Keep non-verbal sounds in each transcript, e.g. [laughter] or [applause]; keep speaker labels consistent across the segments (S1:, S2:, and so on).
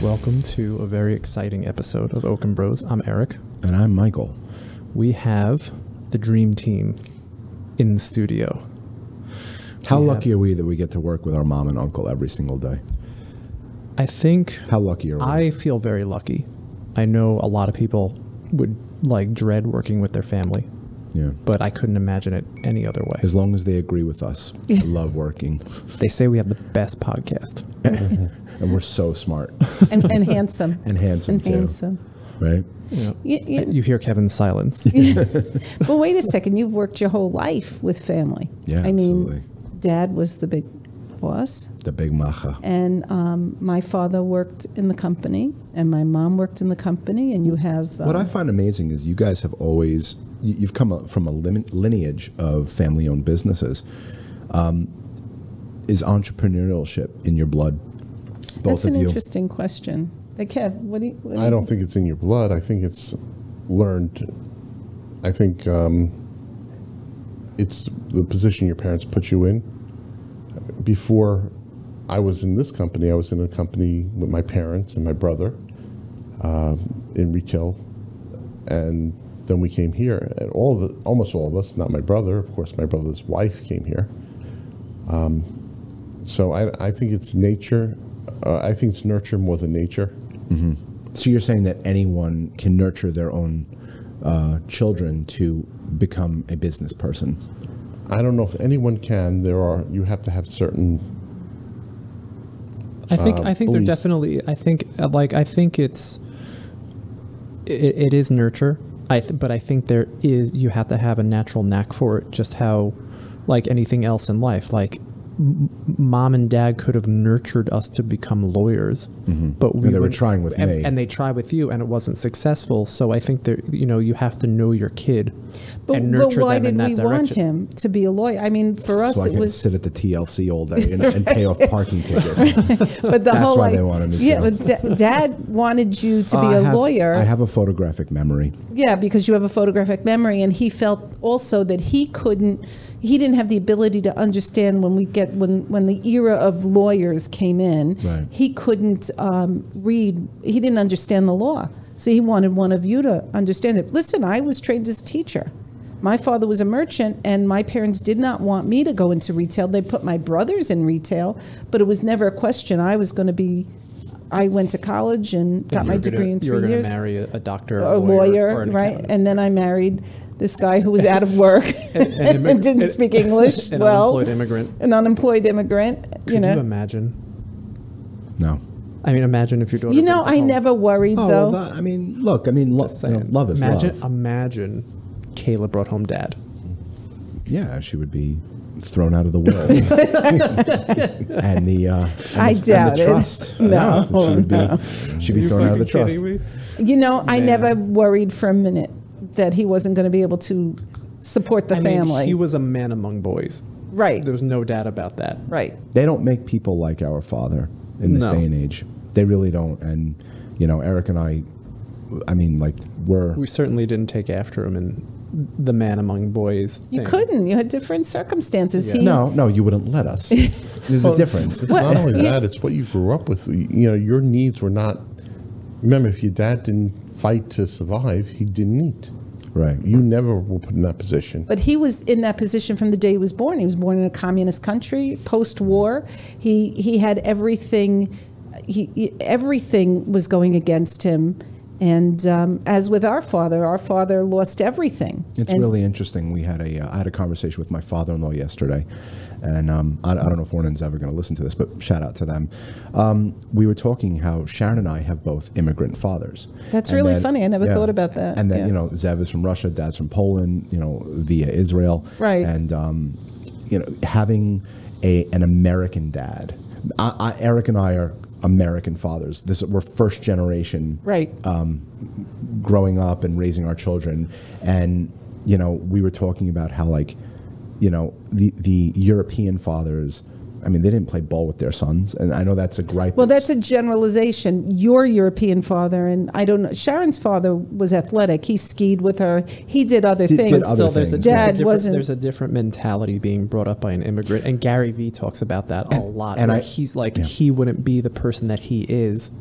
S1: welcome to a very exciting episode of Oaken Bros. I'm Eric.
S2: And I'm Michael.
S1: We have the dream team in the studio.
S2: How
S1: We
S2: lucky
S1: have-
S2: are we that we get to work with our mom and uncle every single day?
S1: I think
S2: How lucky are we?
S1: I feel very lucky. I know a lot of people would like dread working with their family,
S2: yeah.
S1: but I couldn't imagine it any other way.
S2: As long as they agree with us,
S3: [laughs]
S2: I love working,
S1: They say we have the best podcast.
S2: and we're so smart
S3: and,
S2: [laughs]
S3: and handsome.
S2: and handsome
S3: and
S2: too,
S3: handsome.
S2: right?
S1: You, know,
S3: You, you,
S1: you hear Kevin's silence.
S3: but wait a second, you've worked your whole life with family.
S2: Yeah,
S3: I mean,
S2: absolutely.
S3: dad was the big boss,
S2: The big macha.
S3: and um, my father worked in the company, and my mom worked in the company, and you have. Um,
S2: What I find amazing is you guys have always you- you've come up from a lim- lineage of family-owned businesses. Um, is entrepreneurship in your blood? Both
S3: that's an
S2: of you.
S3: interesting question. Hey, Kev, what do you. What do
S4: I
S3: you-
S4: don't think it's in your blood. I think it's learned. I think um, it's the position your parents put you in. Before I was in this company, I was in a company with my parents and my brother um, in retail, and then we came here. And all of it, almost all of us, not my brother, of course, my brother's wife came here. Um, so I, I think it's nature. Uh, I think it's nurture more than nature.
S2: So you're saying that anyone can nurture their own uh, children to become a business person?
S4: I don't know if anyone can. There are you have to have certain.
S1: I think
S4: uh,
S1: I think there
S4: beliefs.
S1: definitely I think uh, like I think it's it, it is nurture. I th- but I think there is you have to have a natural knack for it. Just how like anything else in life, like m- mom and dad could have nurtured us to become lawyers, but we
S2: Mm-hmm. they were
S1: would-
S2: trying with
S1: and,
S2: me.
S1: and they try with you, and it wasn't successful. So I think there you know you have to know your kid
S3: But,
S1: and
S3: but
S1: nurture
S3: why
S1: them in
S3: did
S1: that
S3: we
S1: direction.
S3: want him to be a lawyer? I mean, for us,
S2: so I
S3: it
S2: can
S3: was.
S2: sit at the TLC all day and, and pay off parking tickets.
S3: [laughs] But the
S2: That's
S3: whole
S2: why they
S3: idea-
S2: wanted me
S3: Yeah,
S2: to.
S3: but da- Dad wanted you to be
S2: Oh, I
S3: a
S2: have-
S3: lawyer.
S2: I have a photographic memory.
S3: Yeah, because you have a photographic memory, and he felt also that he couldn't, he didn't have the ability to understand when we get when when the era of lawyers came in.
S2: Right.
S3: He couldn't um, read. He didn't understand the law, so he wanted one of you to understand it. Listen, I was trained as a teacher. My father was a merchant, and my parents did not want me to go into retail. They put my brothers in retail, but it was never a question. I was going to be. I went to college and got my
S1: You're gonna-
S3: degree in 3
S1: you're gonna
S3: years
S1: marry a, a doctor,
S3: a lawyer,
S1: or an
S3: right?
S1: accountant.
S3: And then I married this guy who was out of work
S1: [laughs]
S3: [laughs] and,
S1: and immig-
S3: didn't
S1: and-
S3: speak English
S1: an
S3: well.
S1: unemployed immigrant.
S3: An unemployed immigrant,
S1: Could
S3: you know.
S1: you
S3: You,
S1: imagine?
S2: No.
S1: I mean, imagine if your daughter.
S3: know,
S1: brings it
S3: I
S1: home.
S3: never worried
S2: Oh,
S3: though.
S2: well, that, I mean, look, I mean, lo-
S1: Just
S2: you know,
S1: saying.
S2: love is
S1: imagine,
S2: love.
S1: Imagine Kayla brought home dad.
S2: Yeah, she would be thrown out of the
S3: [laughs]
S2: world. and the, uh, and the,
S3: I
S2: and
S3: doubt
S2: the
S3: it.
S2: trust.
S3: No,
S2: Yeah, she would be, she'd be thrown out of the trust.
S3: you know, I
S1: Man.
S3: never worried for a minute that he wasn't going to be able to support the
S1: I
S3: family.
S1: mean, he was a man among boys.
S3: right,
S1: There was no doubt about that.
S3: right.
S2: They don't make people like our father in this
S1: No.
S2: day and age. They really don't. And, you know, Eric and I, I mean, like, we're.
S1: We certainly didn't take after him in the man among boys.
S3: You
S1: thing.
S3: couldn't. You had different circumstances.
S1: Yeah.
S3: He,
S2: no, no, you wouldn't
S1: [laughs]
S2: let us. There's a difference.
S4: It's not
S3: [laughs]
S4: only that; it's what you grew up with. You know, your needs were not. Remember, if your dad didn't fight to survive, he didn't eat.
S2: Right.
S4: You never were put in that position.
S3: But he was in that position from the day he was born. He was born in a communist country, post-war. He he had everything. He, he- everything was going against him, and um, as with our father, our father lost everything.
S2: It's
S3: And-
S2: really interesting. We had a uh, I had a conversation with my father-in-law yesterday, and um, I, I don't know if Ornan's ever going to listen to this, but shout out to them. Um, we were talking how Sharon and I have both immigrant fathers.
S3: That's
S2: And
S3: really funny. I never thought about that.
S2: And then
S3: Yeah.
S2: you know, Zev is from Russia, Dad's from Poland. You know, via Israel.
S3: Right.
S2: And um, you know, having a an American dad, I, I, Eric and I are American fathers. This we're first generation
S3: right.
S2: Um, growing up and raising our children and you know we were talking about how like you know the the european fathers I mean, they didn't play ball with their sons, and I know that's a gripe.
S3: Well, that's a generalization. Your European father, and I don't know, Sharon's father was athletic. He skied with her, he did other
S2: Did- did
S3: things.
S2: other
S1: Still, there's a,
S2: things.
S1: there's a
S3: Dad
S1: different,
S3: wasn't-
S1: there's a different mentality being brought up by an immigrant, and Gary Vee talks about that a lot.
S2: and
S1: where
S2: I-
S1: he's like,
S2: yeah.
S1: he wouldn't be the person that he is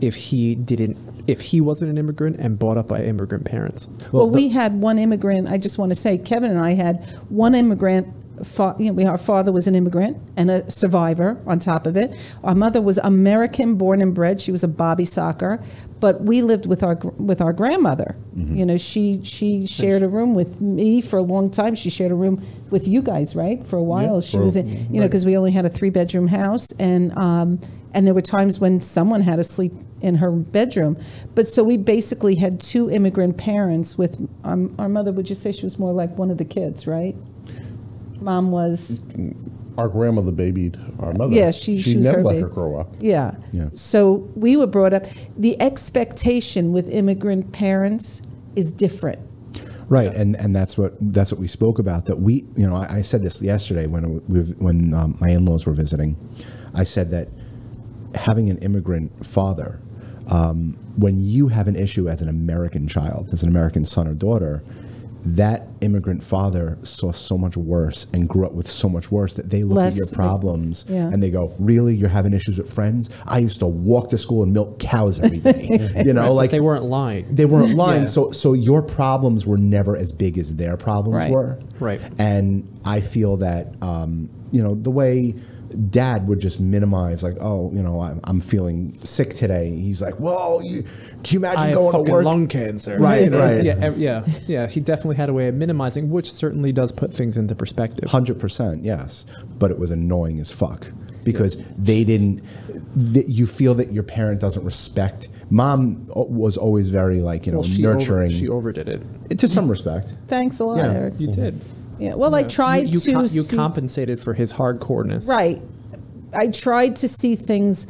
S1: if he didn't, if he wasn't an immigrant and brought up by immigrant parents.
S3: Well,
S2: the-
S3: we had one immigrant. I just want to say, Kevin and I had one immigrant. Fa- you know, we, our father was an immigrant and a survivor. On top of it, our mother was American, born and bred. She was a Bobby Socker, but we lived with our gr- with our grandmother. You know, she she shared a room with me for a long time. She shared a room with you guys, right, for a while. she
S4: for-
S3: was in, you know, because we only had a three bedroom house, and um, and there were times when someone had to sleep in her bedroom. But so we basically had two immigrant parents with um, our mother. Would you say she was more like one of the kids, right? Mom was,
S4: Our grandmother babied our mother.
S3: Yeah, she- she was
S4: never
S3: her
S4: let
S3: babe.
S4: her grow up.
S3: yeah.
S2: Yeah.
S3: So we were brought up. The expectation with immigrant parents is different.
S2: right and and that's what that's what we spoke about that we you know i, I said this yesterday when we when um, my in-laws were visiting i said that having an immigrant father um, when you have an issue as an american child as an american son or daughter that immigrant father saw so much worse and grew up with so much worse that they look
S3: Less,
S2: at your
S3: like,
S2: problems
S3: yeah.
S2: and they go really you're having issues with friends i used to walk to school and milk cows every day you know Oh, like
S1: They weren't lying.
S2: they weren't lying.
S1: [laughs] Yeah.
S2: So so your problems were never as big as their problems
S3: Right.
S2: were.
S1: Right.
S2: And I feel that um, you know the way dad would just minimize like oh you know I'm, I'm feeling sick today he's like well you can you imagine
S1: I have
S2: going to
S1: fucking
S2: work
S1: lung cancer.
S2: Right,
S1: You know,
S2: right.
S1: [laughs] Yeah, ev- yeah, yeah. He definitely had a way of minimizing, which certainly does put things into perspective.
S2: Hundred percent, yes. But it was annoying as fuck because they didn't. Th- you feel that your parent doesn't respect. Mom o- was always very like you know
S1: Well, she, over,
S2: nurturing
S1: she overdid it.
S2: to some respect.
S3: Thanks a lot,
S2: Yeah.
S3: Eric.
S1: You did.
S3: Yeah. Well, I
S1: You-
S3: tried
S1: you,
S3: to
S1: co- you
S3: see-
S1: compensated for his hardcoreness.
S3: Right. I tried to see things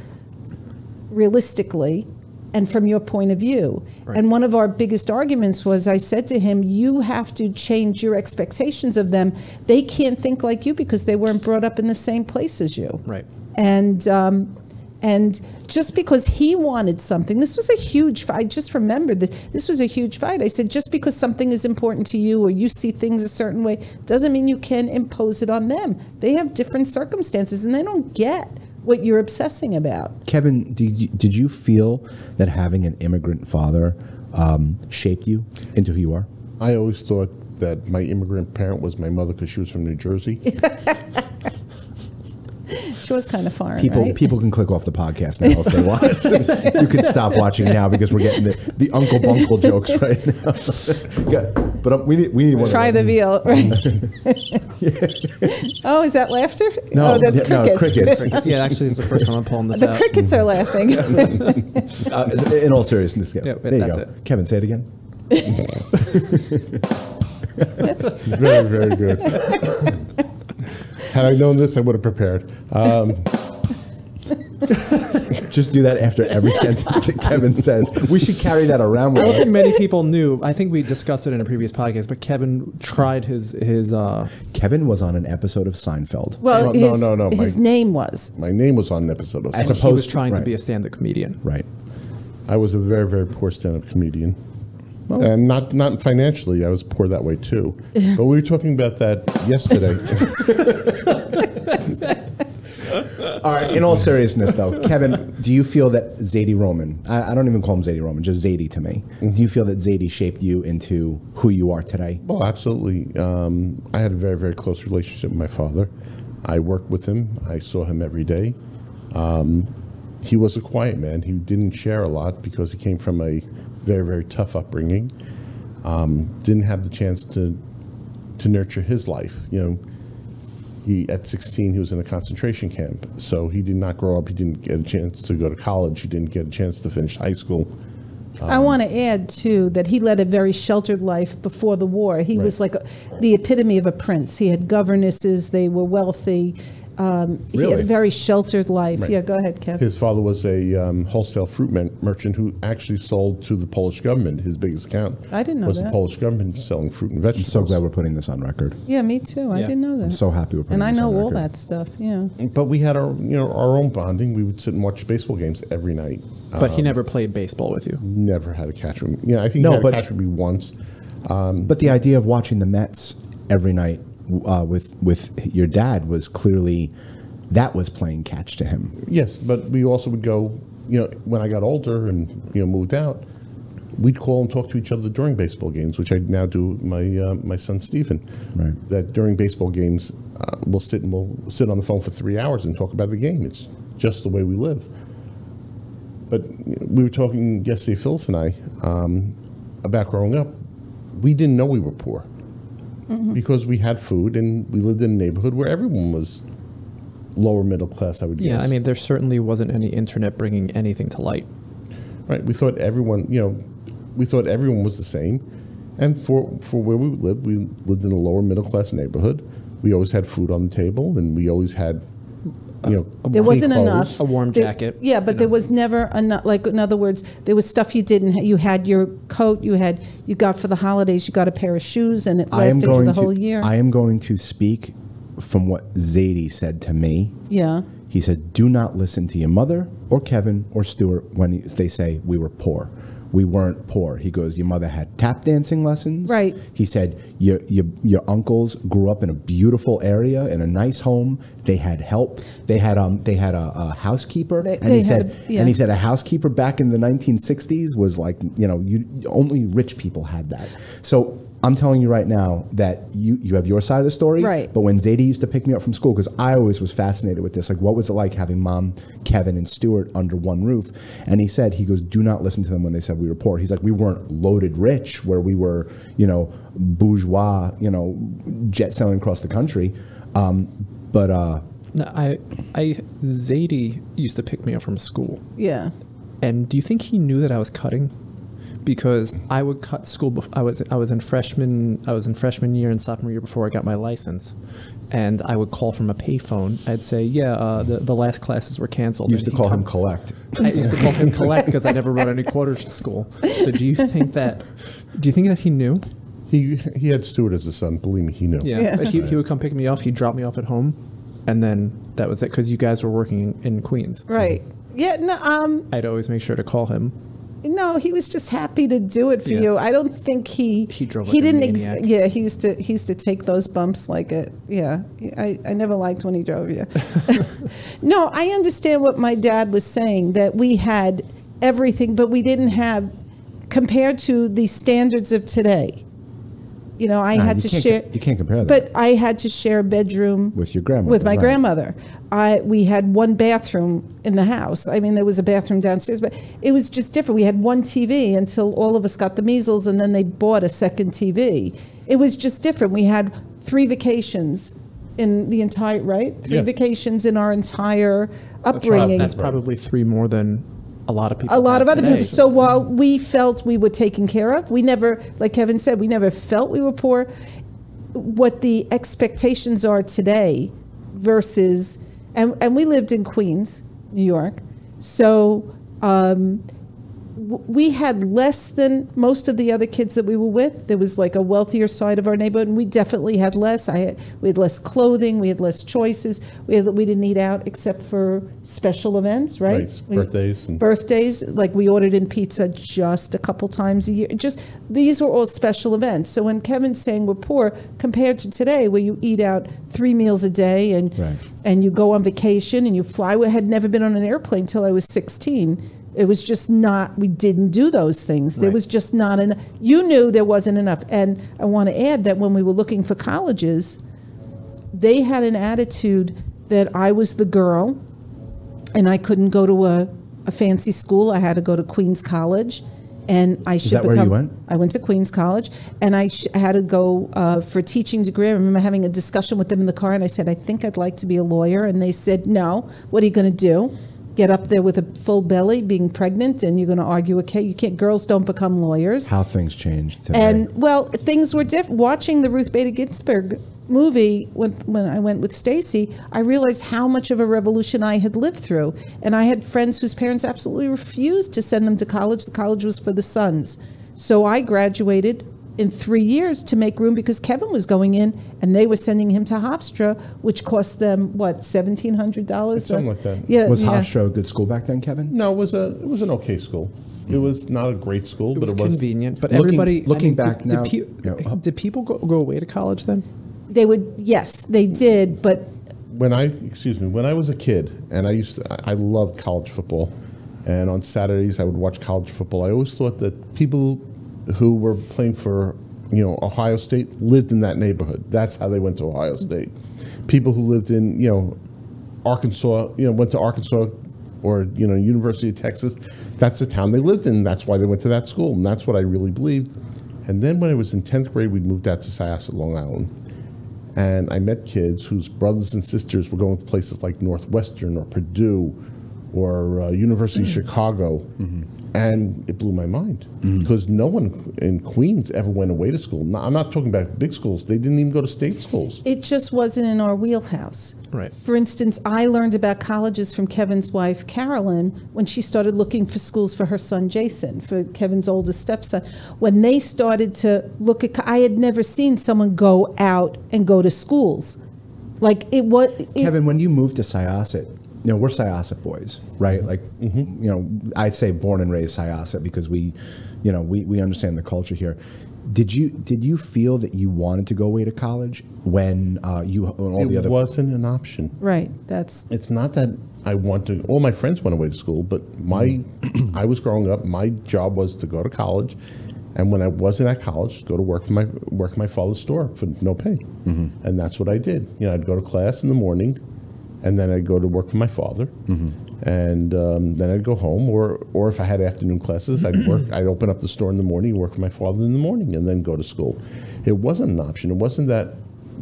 S3: realistically and from your point of view. And one of our biggest arguments was I said to him, You have to change your expectations of them. They can't think like you because they weren't brought up in the same place as you
S1: Right.
S3: and um, and just because he wanted something, this was a huge fight. I just remembered that this was a huge fight. I said, just because something is important to you or you see things a certain way, doesn't mean you can impose it on them. They have different circumstances, and they don't get what you're obsessing about.
S2: Kevin, did you, did you feel that having an immigrant father um, shaped you into who you are?
S4: I always thought that my immigrant parent was my mother because she was from New Jersey.
S3: [laughs] She was kind of foreign,
S2: People
S3: right?
S2: people can click off the podcast now if they want.
S3: [laughs]
S2: you can stop watching now because we're getting the, the Uncle Bunkle jokes right now. [laughs] Yeah, but um, we need we need one. of
S3: Try the
S2: those.
S3: veal,
S2: "Mm."
S3: right?
S2: [laughs]
S3: oh, is that laughter?
S2: No,
S3: oh, that's
S2: yeah, no,
S3: crickets.
S2: crickets.
S3: [laughs]
S1: Yeah, actually, it's the first time I'm pulling this
S3: the
S1: out.
S3: crickets
S2: [laughs]
S3: are laughing.
S2: Uh, in all seriousness, yeah,
S1: Yeah,
S2: there you
S1: that's
S2: go.
S1: it.
S2: Kevin, say it again.
S4: Very, very good. Had I known this, I would have prepared. Um,
S2: Just do that after
S3: [laughs]
S2: every sentence that Kevin says. We should carry that around with
S1: I don't
S2: us.
S1: think many people knew. I think we discussed it in a previous podcast, but Kevin tried his his. Uh,
S2: Kevin was on an episode of Seinfeld.
S3: Well,
S4: No, no,
S3: his,
S4: no, no,
S3: his
S4: Mike.
S3: name was.
S4: my name was on an episode of
S2: As
S1: he
S2: a-
S4: Seinfeld.
S1: was
S2: Supposed-
S1: trying to
S2: right.
S1: be a stand-up comedian.
S2: right.
S4: I was a very, very poor stand-up comedian. And not, not financially, I was poor that way too. But we were talking about that yesterday.
S2: All right, in all seriousness, though, Kevin, do you feel that Zadie Roman, I, I don't even call him Zadie Roman, just Zadie to me, do you feel that Zadie shaped you into who you are today?
S4: well, absolutely. Um, I had a very, very close relationship with my father. I worked with him. I saw him every day. Um, he was a quiet man. He didn't share a lot because he came from a very, very tough upbringing. Um, didn't have the chance to to nurture his life. You know, he at 16 he was in a concentration camp, so he did not grow up. He didn't get a chance to go to college. He didn't get a chance to finish high school.
S3: I
S2: Um,
S3: want to add too that he led a very sheltered life before the war. He was like a, the epitome of a prince. He had governesses; they were wealthy. Um, He had
S2: Really?
S3: a very sheltered life.
S4: Right.
S3: Yeah, go ahead, Kev.
S4: His father was a um, wholesale fruit man- merchant who actually sold to the Polish government. His biggest account
S3: I didn't know
S4: was the
S3: that.
S4: Polish government selling fruit and vegetables.
S2: So glad we're putting this on record.
S3: yeah, me too. I
S1: Yeah.
S3: didn't know that.
S2: I'm so happy we're putting
S3: and I
S2: this
S3: know
S2: on
S3: all
S2: record.
S3: that stuff. Yeah.
S4: but we had our you know our own bonding. We would sit and watch baseball games every night. Uh,
S2: Oh.
S1: But he never played baseball with you.
S4: never had a catch room. Yeah, I think
S2: No,
S4: he had
S2: but-
S4: a catch room once.
S2: But the idea of watching the Mets every night uh, with with your dad was clearly that was playing catch to him.
S4: Yes, but we also would go. You know, when I got older and you know moved out, we'd call and talk to each other during baseball games, which I now do with my uh, my son Stephen.
S2: Right.
S4: That during baseball games, uh, we'll sit and we'll sit on the phone for three hours and talk about the game. It's just the way we live. But you know, we were talking yesterday, Phyllis and I, um, about growing up. We didn't know we were poor
S1: Mm-hmm.
S4: because we had food and we lived in a neighborhood where everyone was lower middle class. I would
S1: Yeah,
S4: guess.
S1: I mean, there certainly wasn't any internet bringing anything to light.
S4: right? We thought everyone, you know, we thought everyone was the same, and for for where we lived, we lived in a lower middle class neighborhood. We always had food on the table, and we always had, you know,
S3: There
S4: clean
S3: wasn't
S4: clothes.
S3: enough.
S1: A warm
S3: There-
S1: jacket,
S3: yeah, but there was never enough. Like in other words, there was stuff you didn't. ha- You had your coat. You had you got for the holidays. You got a pair of shoes, and it
S2: I am
S3: lasted for
S2: going
S3: the
S2: to
S3: whole year.
S2: I am going to speak from what Zadie said to me.
S3: yeah,
S2: He said, "Do not listen to your mother or Kevin or Stuart when he- they say we were poor. We weren't poor." He goes, "Your mother had tap dancing lessons."
S3: Right.
S2: He said, "Your your your uncles grew up in a beautiful area in a nice home. They had help. They had um they had a, a housekeeper."
S3: They-
S2: and
S3: they
S2: he
S3: had
S2: said,
S3: a- yeah.
S2: and he said, "A housekeeper back in the 1960s was like you know you only rich people had that." So. I'm telling you right now that you, you have your side of the story,
S3: Right.
S2: but when Zadie used to pick me up from school, because I always was fascinated with this, like what was it like having mom, Kevin, and Stuart under one roof? And he said, he goes, do not listen to them when they said we were poor. He's like, we weren't loaded rich where we were, you know, bourgeois, you know, jet sailing across the country. Um, but uh,
S1: No, I, I, Zadie used to pick me up from school.
S3: yeah.
S1: And do you think he knew that I was cutting? Because I would cut school. Bef- I was I was in freshman I was in freshman year and sophomore year before I got my license, and I would call from a payphone. I'd say, "Yeah, uh, the the last classes were canceled."
S2: used to
S1: And he'd
S2: call him
S1: come-
S2: collect.
S1: I used to call him collect because I never brought any quarters to school. So do you think that? Do you think that he knew?
S4: He he had Stuart as a son. Believe me, he knew.
S1: Yeah.
S3: Yeah.
S1: But he, he would come pick me up. He'd drop me off at home, and then that was it. Because you guys were working in, in Queens,
S3: Right. Yeah. No. Um.
S1: I'd always make sure to call him.
S3: No. He was just happy to do it for
S1: Yeah.
S3: you. I don't think he.
S1: He drove
S3: He
S1: like a
S3: didn't.
S1: maniac.
S3: yeah. He used to. He used to take those bumps like it. Yeah. I. I never liked when he drove
S2: [laughs]
S3: you. no, I understand what my dad was saying that we had everything, but we didn't have compared to the standards of today. You know, I
S2: Nah,
S3: had
S2: you
S3: to
S2: can't
S3: share.
S2: co- you can't compare that.
S3: But I had to share a bedroom
S2: With your grandmother,
S3: With my
S2: right.
S3: grandmother, I we had one bathroom in the house. I mean, there was a bathroom downstairs, but it was just different. We had one TV until all of us got the measles, and then they bought a second TV. It was just different. We had three vacations in the entire right three
S4: Yeah.
S3: vacations in our entire
S1: Prob-
S3: upbringing.
S1: That's probably three more than a lot of people.
S3: a lot
S1: have
S3: of other
S1: today.
S3: people. So while we felt we were taken care of, we never, like Kevin said, we never felt we were poor. What the expectations are today versus, and, and we lived in Queens, New York. So um, w- we had less than most of the other kids that we were with. There was like a wealthier side of our neighborhood, and we definitely had less. I had, we had less clothing, we had less choices. We, had, we didn't eat out except for special events, right?
S4: Right,
S3: We-
S4: birthdays and-
S3: birthdays like we ordered in pizza just a couple times a year just these were all special events so when kevin's saying we're poor compared to today where you eat out three meals a day and
S2: Right.
S3: and you go on vacation and you fly we had never been on an airplane till i was 16 it was just not we didn't do those things there
S1: Right.
S3: was just not enough you knew there wasn't enough and i want to add that when we were looking for colleges they had an attitude that i was the girl and I couldn't go to a, a fancy school. I had to go to Queens College, and I should
S2: that where
S3: become.
S2: you went?
S3: I went to Queens College, and I sh- had to go uh, for a teaching degree. I remember having a discussion with them in the car, and I said, "I think I'd like to be a lawyer," and they said, "No. What are you going to do? Get up there with a full belly, being pregnant, and you're going to argue a case? You can't. Girls don't become lawyers."
S2: How things changed today.
S3: And well, things were different. Watching the Ruth Bader Ginsburg movie, when, when I went with Stacy, I realized how much of a revolution I had lived through. And I had friends whose parents absolutely refused to send them to college. The college was for the sons. So I graduated in three years to make room because Kevin was going in and they were sending him to Hofstra, which cost them, what, $1,700?
S4: Something like that.
S3: Uh, Yeah.
S2: Was
S3: yeah.
S2: Hofstra a good school back then, Kevin?
S4: No, it was a it was an okay school. It was not a great school,
S1: It
S4: but
S1: was,
S4: it was
S1: convenient, but
S2: Looking-
S1: everybody. I
S2: looking
S1: mean,
S2: back
S1: did,
S2: now-
S1: did, pe-
S2: yeah.
S1: did people go, go away to college then?
S3: They would, yes, they did, but
S4: when I excuse me when I was a kid and I used to, I I loved college football, and on Saturdays I would watch college football. I always thought that people who were playing for you know Ohio State lived in that neighborhood. That's how they went to Ohio State. People who lived in you know Arkansas, you know went to Arkansas or you know University of Texas. That's the town they lived in. That's why they went to that school, and that's what I really believed. And then when I was in tenth grade, we moved out to Syosset, Long Island and I met kids whose brothers and sisters were going to places like Northwestern or Purdue or uh, University of Chicago, and it blew my mind because no one in Queens ever went away to school. Now, I'm not talking about big schools; they didn't even go to state schools.
S3: it just wasn't in our wheelhouse.
S1: Right.
S3: For instance, I learned about colleges from Kevin's wife, Carolyn, when she started looking for schools for her son, Jason, for Kevin's oldest stepson. When they started to look at, co- I had never seen someone go out and go to schools. Like it was, it,
S2: Kevin, when you moved to Syosset, you know, we're Syosset boys, right? Like,
S4: Mm-hmm.
S2: you know, I'd say born and raised Syosset because we, you know, we, we understand the culture here. Did you did you feel that you wanted to go away to college when uh, you when all the
S4: It
S2: other
S4: wasn't an option.
S3: right, that's,
S4: it's not that I want to. All my friends went away to school, but my I was growing up. My job was to go to college, and when I wasn't at college, go to work for my work at my father's store for no pay, and that's what I did. You know, I'd go to class in the morning, and then I'd go to work for my father, and um, then I'd go home, or or if I had afternoon classes, I'd work. I'd open up the store in the morning, work for my father in the morning, and then go to school. It wasn't an option. It wasn't that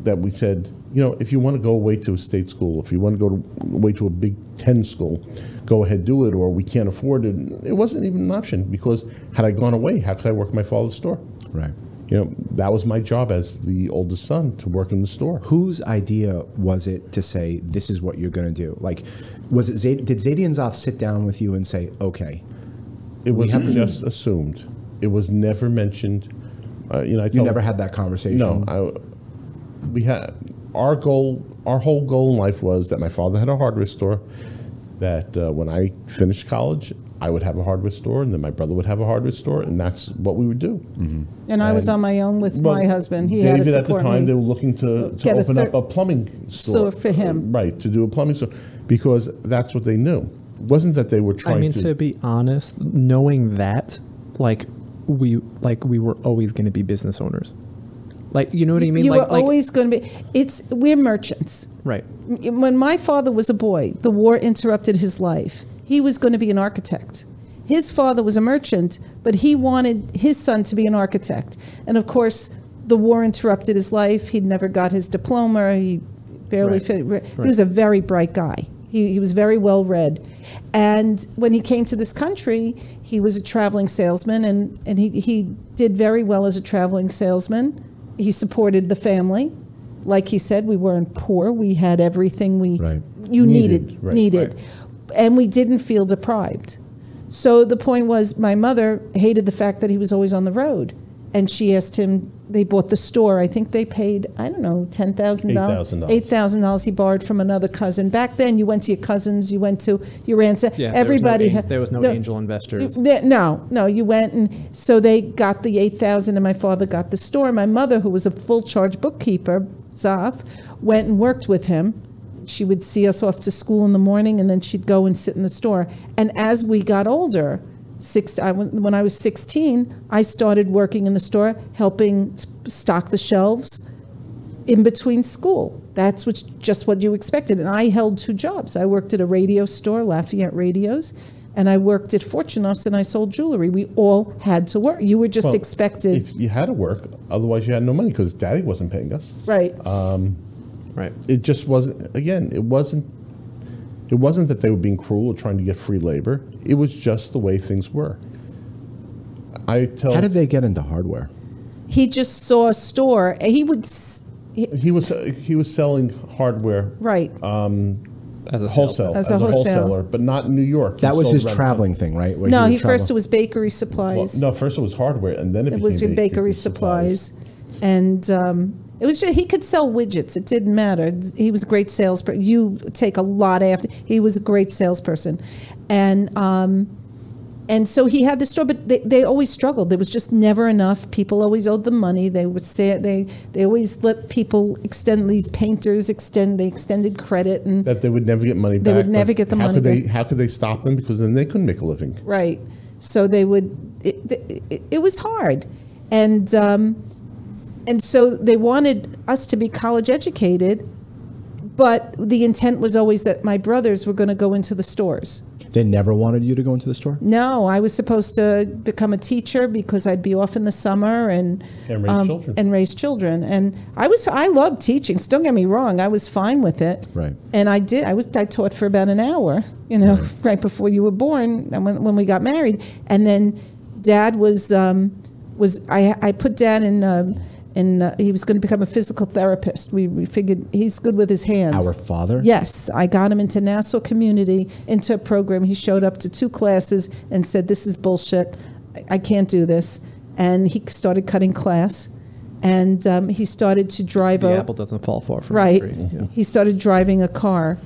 S4: that we said, you know, if you want to go away to a state school, if you want to go to, away to a Big Ten school, go ahead, do it, or we can't afford it. It wasn't even an option because had I gone away, how could I work at my father's store?
S2: right?
S4: You know, that was my job as the oldest son to work in the store.
S2: Whose idea was it to say this is what you're going to do? Like, was it Zad- did Zadianzoff sit down with you and say, okay,
S4: It was
S2: have to-
S4: just assumed. It was never mentioned. Uh, you know, I
S2: you
S4: tell-
S2: never had that conversation?
S4: No, I, we had our goal. Our whole goal in life was that my father had a hardware store. That uh, when I finished college, I would have a hardware store, and then my brother would have a hardware store, and that's what we would do.
S1: Mm-hmm.
S3: and I was
S4: And-
S3: on my own with
S4: Well,
S3: my husband. He had
S4: David
S3: to
S4: at the
S3: support
S4: time they were
S3: me.
S4: looking to, to
S3: Get a
S4: open
S3: thir-
S4: up a plumbing
S3: Store
S4: store
S3: for him.
S4: right? To do a plumbing store because that's what they knew. It wasn't that they were trying
S1: I mean,
S4: to,
S1: to be honest, knowing that, like we like we were always going to be business owners. Like you know what I mean?
S3: You
S1: like,
S3: were
S1: like
S3: always going to be, it's, we're merchants.
S1: right.
S3: M- when my father was a boy, the war interrupted his life. He was going to be an architect. His father was a merchant, but he wanted his son to be an architect. And of course, the war interrupted his life. He never got his diploma. He barely
S1: Right.
S3: fit. He was a very bright guy. He, he was very well read. And when he came to this country, he was a traveling salesman, and, and he, he did very well as a traveling salesman. He supported the family like he said, we weren't poor. We had everything we
S2: Right.
S3: you needed
S4: Needed,
S3: needed,
S4: right,
S3: and we didn't feel deprived. So the point was, my mother hated the fact that he was always on the road, and she asked him. They bought the store. I think they paid I don't know ten thousand dollars,
S4: $8,000.
S3: eight thousand dollars. He borrowed from another cousin. Back then, you went to your cousins, you went to your aunts.
S1: Yeah.
S3: everybody.
S1: There was no,
S3: had-
S1: an- there was no, angel investors.
S3: there- No, no, you went and so they got the eight thousand, and my father got the store. My mother, who was a full charge bookkeeper, Zaf, went and worked with him. She would see us off to school in the morning, and then she'd go and sit in the store. And as we got older, six, I, when when I was sixteen, I started working in the store, helping s- stock the shelves in between school. That's what, just what you expected. And I held two jobs. I worked at a radio store, Lafayette Radios, and I worked at Fortunos and I sold jewelry. We all had to work. You were just
S4: Well,
S3: expected,
S4: If you had to work, otherwise you had no money because Daddy wasn't paying us.
S3: right?
S1: Right.
S4: it just wasn't again it wasn't it wasn't that they were being cruel or trying to get free labor it was just the way things were i tell
S2: How did they get into hardware?
S3: he just saw a store. and He would. s-
S4: He was he was selling hardware
S3: Right.
S1: as a
S4: wholesale
S3: As a wholesaler.
S4: wholesaler, but not in New York. He
S2: That was
S4: sold
S2: his
S4: around-
S2: traveling thing, right? Where
S3: no,
S2: would
S3: he first
S2: travel-
S3: was bakery
S4: Well,
S3: supplies.
S4: no, first it was hardware, and then it,
S3: It was
S4: became
S3: bakery, supplies, and um, it was just, he could sell widgets. It didn't matter. He was a great salesperson. You take a lot after. He was a great salesperson, and um, and so he had the store, but they, they always struggled. There was just never enough. People always owed them money. They would say they they always let people extend these painters extend they extended credit and
S4: That they would never get money
S3: They
S4: back.
S3: would
S4: but
S3: never get the
S4: how
S3: money
S4: Could they,
S3: back.
S4: how could they stop them? Because then they couldn't make a living.
S3: Right. So they would. It, it, it was hard, and um, and so they wanted us to be college educated, but the intent was always that my brothers were going to go into the stores.
S2: They never wanted you to go into the store.
S3: No, I was supposed to become a teacher because I'd be off in the summer and um,
S4: And raise children.
S3: and raise children. And I was I loved teaching. So don't get me wrong, I was fine with it.
S2: Right.
S3: And I did. I was I taught for about an hour. You know, [laughs] right, before you were born, and when when we got married, and then Dad was um, was I I put Dad in. Um, and uh, he was going to become a physical therapist. We, we figured he's good with his hands.
S2: Our Father.
S3: Yes, I got him into Nassau Community, into a program. He showed up to two classes and said, This is bullshit. I- I can't do this. And he started cutting class. And um, he started to drive
S1: The
S3: a.
S1: apple doesn't fall far from
S3: Right.
S1: the tree. Yeah.
S3: He started driving a car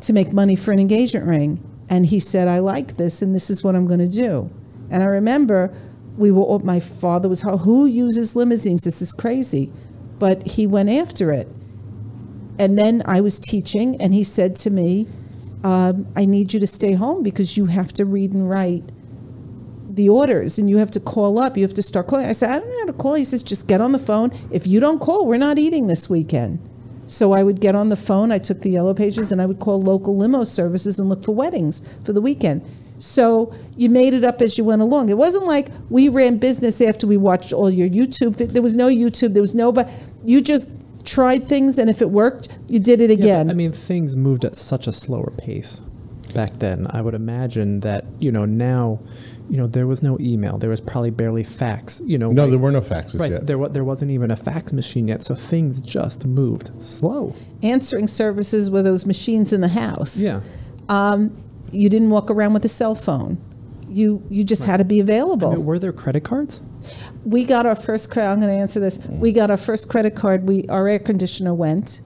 S3: to make money for an engagement ring. And he said, I like this and this is what I'm going to do. And I remember we were, all- my father was, who uses limousines? This is crazy. But he went after it. And then I was teaching and he said to me, um, I need you to stay home because you have to read and write the orders and you have to call up. You have to start calling. I said, I don't know how to call. He says, just get on the phone. If you don't call, we're not eating this weekend. So I would get on the phone. I took the yellow pages and I would call local limo services and look for weddings for the weekend. So you made it up as you went along. It wasn't like we ran business after we watched all your YouTube. vid- There was no YouTube. There was no, but you just tried things and if it worked, you did it
S1: Yeah, but,
S3: again.
S1: I mean, things moved at such a slower pace back then. I would imagine that, you know, now, you know, there was no email. There was probably barely fax, you know.
S4: No,
S1: right,
S4: there were no faxes
S1: right,
S4: yet.
S1: there, wa- there wasn't even a fax machine yet. So things just moved slow.
S3: Answering services were those machines in the house.
S1: Yeah.
S3: um, you didn't walk around with a cell phone. You you just had to be
S1: I
S3: available.
S1: mean, were there credit cards?
S3: we got our first credit. I'm going to answer this. We got our first credit card. We our air conditioner went,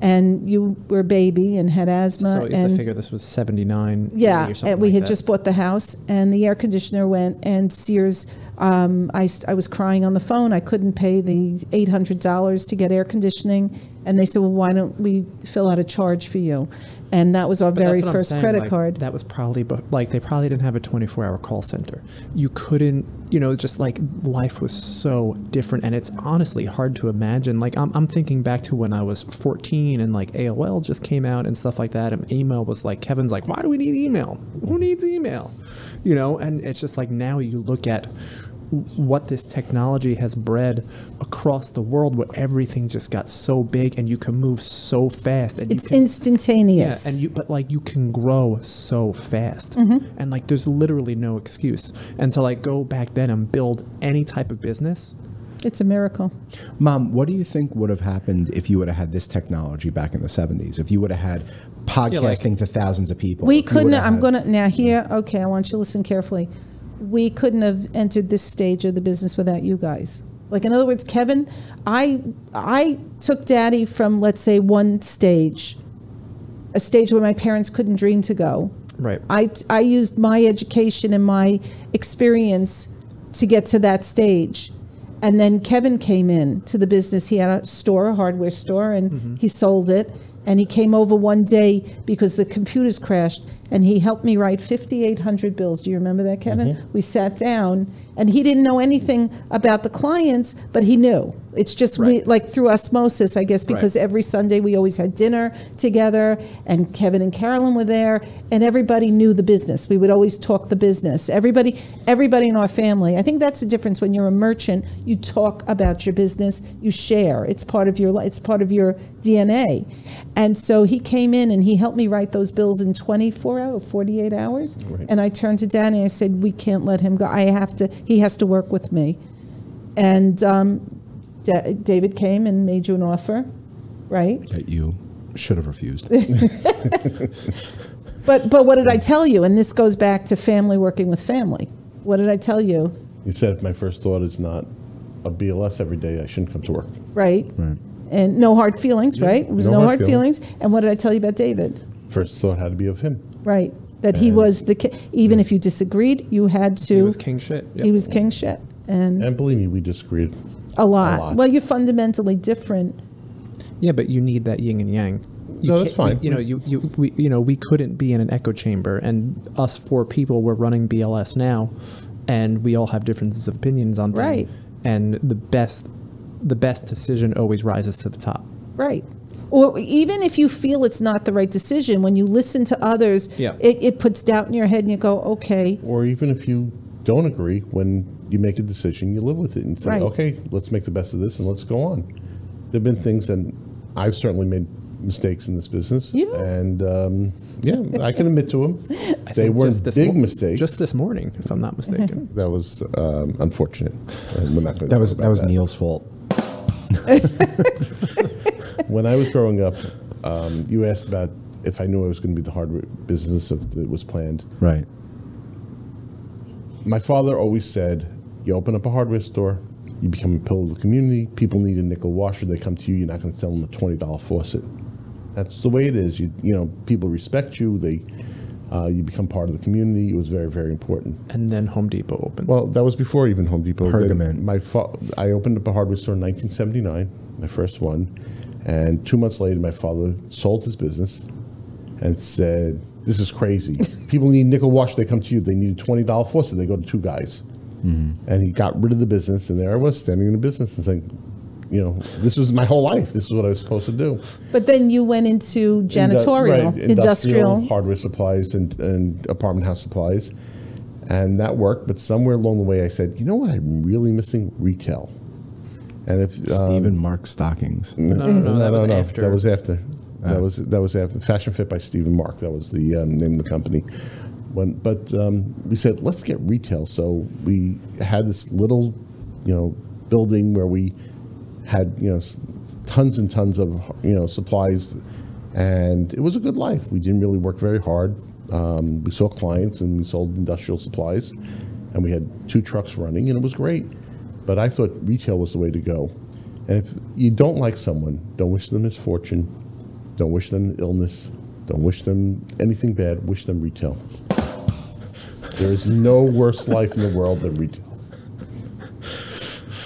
S3: and you were a baby and had asthma
S1: so you have to
S3: and
S1: figure this was 79.
S3: yeah,
S1: 80 or something
S3: and we
S1: like
S3: had
S1: that.
S3: just bought the house, and the air conditioner went, and Sears. Um, I, s- I was crying on the phone. I couldn't pay the eight hundred dollars to get air conditioning, and they said, "Well, why don't we fill out a charge for you?" And that was our
S1: But that's
S3: very
S1: what I'm
S3: first
S1: saying,
S3: credit
S1: like,
S3: card.
S1: That was probably, but like they probably didn't have a 24 hour call center. You couldn't, you know, just like life was so different. And it's honestly hard to imagine. Like, I'm, I'm thinking back to when I was 14 and like AOL just came out and stuff like that. And email was like, Kevin's like, why do we need email? Who needs email? You know, and it's just like now you look at what this technology has bred across the world where everything just got so big and you can move so fast and
S3: it's
S1: you can
S3: instantaneous.
S1: yeah, and you but like you can grow so fast.
S3: Mm-hmm.
S1: And like there's literally no excuse. And to like go back then and build any type of business.
S3: It's a miracle.
S2: Mom, what do you think would have happened if you would have had this technology back in the '70s? If you would have had podcasting to thousands of people,
S3: We
S2: if you
S3: couldn't.
S2: would have
S3: I'm
S2: had-
S3: gonna now here. Okay, I want you to listen carefully. We couldn't have entered this stage of the business without you guys. Like in other words, Kevin, I I took Daddy from let's say one stage, a stage where my parents couldn't dream to go.
S1: Right.
S3: I I used my education and my experience to get to that stage. And then Kevin came in to the business. He had a store, a hardware store, and he sold it. And he came over one day because the computers crashed, and he helped me write 5,800 bills. Do you remember that, Kevin? We sat down, and he didn't know anything about the clients, but he knew. It's just we,
S1: Right.
S3: like through osmosis, I guess, because every Sunday we always had dinner together, and Kevin and Carolyn were there, and everybody knew the business. We would always talk the business. Everybody, everybody in our family. I think that's the difference. When you're a merchant, you talk about your business, you share. It's part of your, li- it's part of your DNA. And so he came in and he helped me write those bills in 24 hours, 48 hours. And I turned to Danny and I said, "We can't let him go. I have to. He has to work with me." And um, Da- David came and made you an offer, right?
S2: that you should have
S3: [laughs]
S2: refused.
S3: But but what did I tell you? And this goes back to family working with family. What did I tell you?
S4: You said if my first thought is not a BLS every day, I shouldn't come to work.
S3: Right?
S2: Right.
S3: And no hard feelings, right? It was no, hard
S4: feelings.
S3: feelings. And what did I tell you about David?
S4: First thought had to be of him.
S3: Right? That he was the ki- even if you disagreed, you had to.
S1: He was king shit. Yep.
S3: he was king shit, and
S4: And believe me, we disagreed.
S3: a lot.
S4: lot.
S3: Well, you're fundamentally different.
S1: Yeah, but you need that yin and yang. You
S4: No, that's
S1: can't-
S4: fine.
S1: You know, you, you we you know we couldn't be in an echo chamber, and us four people were running BLS now, and we all have differences of opinions on things.
S3: Right.
S1: And the best, the best decision always rises to the top.
S3: Right. Or even if you feel it's not the right decision, when you listen to others,
S1: Yeah.
S3: it, it puts doubt in your head and you go, okay,
S4: Or even if you don't agree, when you make a decision, you live with it and say,
S3: Right.
S4: okay, let's make the best of this and let's go on. There've been things, and I've certainly made mistakes in this business.
S3: Yeah.
S4: And um, yeah, I can admit to them.
S1: [laughs] I
S4: they
S1: think
S4: were
S1: just this
S4: big
S1: mor-
S4: mistakes.
S1: Just this morning, if I'm not
S3: [laughs]
S1: mistaken.
S4: that was um, unfortunate. And we're not going to
S2: That was that was Neil's fault.
S4: When I was growing up, um, you asked about if I knew I was going to be the hardware business if it was planned.
S2: Right.
S4: My father always said, "You open up a hardware store, you become a pillar of the community. People need a nickel washer; they come to you. You're not going to sell them a twenty dollar faucet. That's the way it is. You you know people respect you. They uh, you become part of the community. It was very very important.
S1: and then Home Depot opened.
S4: Well, that was before even Home Depot. Then
S2: Pergamon.
S4: My fa- I opened up a hardware store in 1979, my first one, and two months later, my father sold his business and said, "This is crazy. People need nickel wash. They come to you. They need a twenty dollar faucet. They go to two guys." And he got rid of the business, and there I was standing in the business and saying. You know, this was my whole life. This is what I was supposed to do.
S3: But then you went into
S4: Indu-
S3: janitorial,
S4: right,
S3: industrial.
S4: hardware supplies, and, and apartment house supplies. And that worked, but somewhere along the way, I said, you know what, I'm really missing retail. And if uh,
S1: Um,
S2: Stephen Mark Stockings.
S1: no, no, no, that was after. Ah.
S4: that was after. That was that was after Fashion Fit by Stephen Mark. That was the um, name of the company. When, but um, we said let's get retail, so we had this little, you know, building where we had you know s- tons and tons of you know supplies, and it was a good life. We didn't really work very hard. Um, we saw clients and we sold industrial supplies, and we had two trucks running, and it was great. But I thought retail was the way to go. And if you don't like someone, don't wish them misfortune, don't wish them illness, don't wish them anything bad, wish them retail. there is no worse life in the world than retail.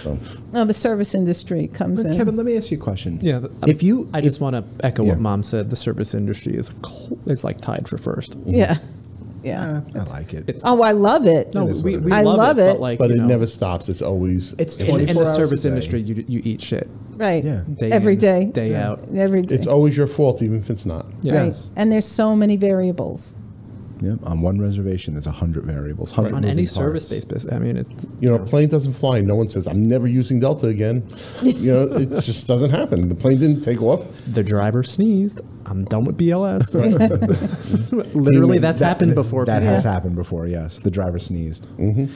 S3: no, oh, the service industry comes in.
S2: Kevin, let me ask you a question.
S1: yeah. th- I'm-
S2: if you
S1: I just want to echo
S2: Yeah.
S1: what Mom said. The service industry is cl- is like tied for first.
S3: yeah. Yeah.
S2: I like it.
S1: It's-
S3: Oh, I love it.
S1: No,
S2: is
S1: we,
S2: what it
S1: we
S3: is. I love
S1: it,
S3: it.
S1: but like,
S4: But
S1: you
S4: it
S1: know,
S4: never stops. It's always
S2: It's
S1: in, in
S2: 24
S1: the
S2: hours a
S1: service
S2: day.
S1: industry. You you eat shit
S3: Right.
S2: Yeah.
S1: day
S3: Every
S1: in,
S3: day.
S1: day out.
S3: Every day.
S4: it's always your fault, even if it's not.
S1: Yeah.
S3: right.
S2: Yes.
S3: And there's so many variables.
S2: yeah, on one reservation, there's 100 variables. 100
S1: on
S2: moving
S1: any
S2: parts.
S1: service-based business. I mean, it's
S4: You know, a plane doesn't fly. No one says, I'm never using Delta again. You know,
S1: [laughs]
S4: it just doesn't happen. The plane didn't take off.
S1: the driver sneezed. I'm done with BLS.
S3: [laughs]
S1: Literally,
S2: Even
S1: that's
S2: that-
S1: happened before.
S2: That
S1: people.
S2: has happened before. Yes, the driver sneezed.
S4: Mm-hmm.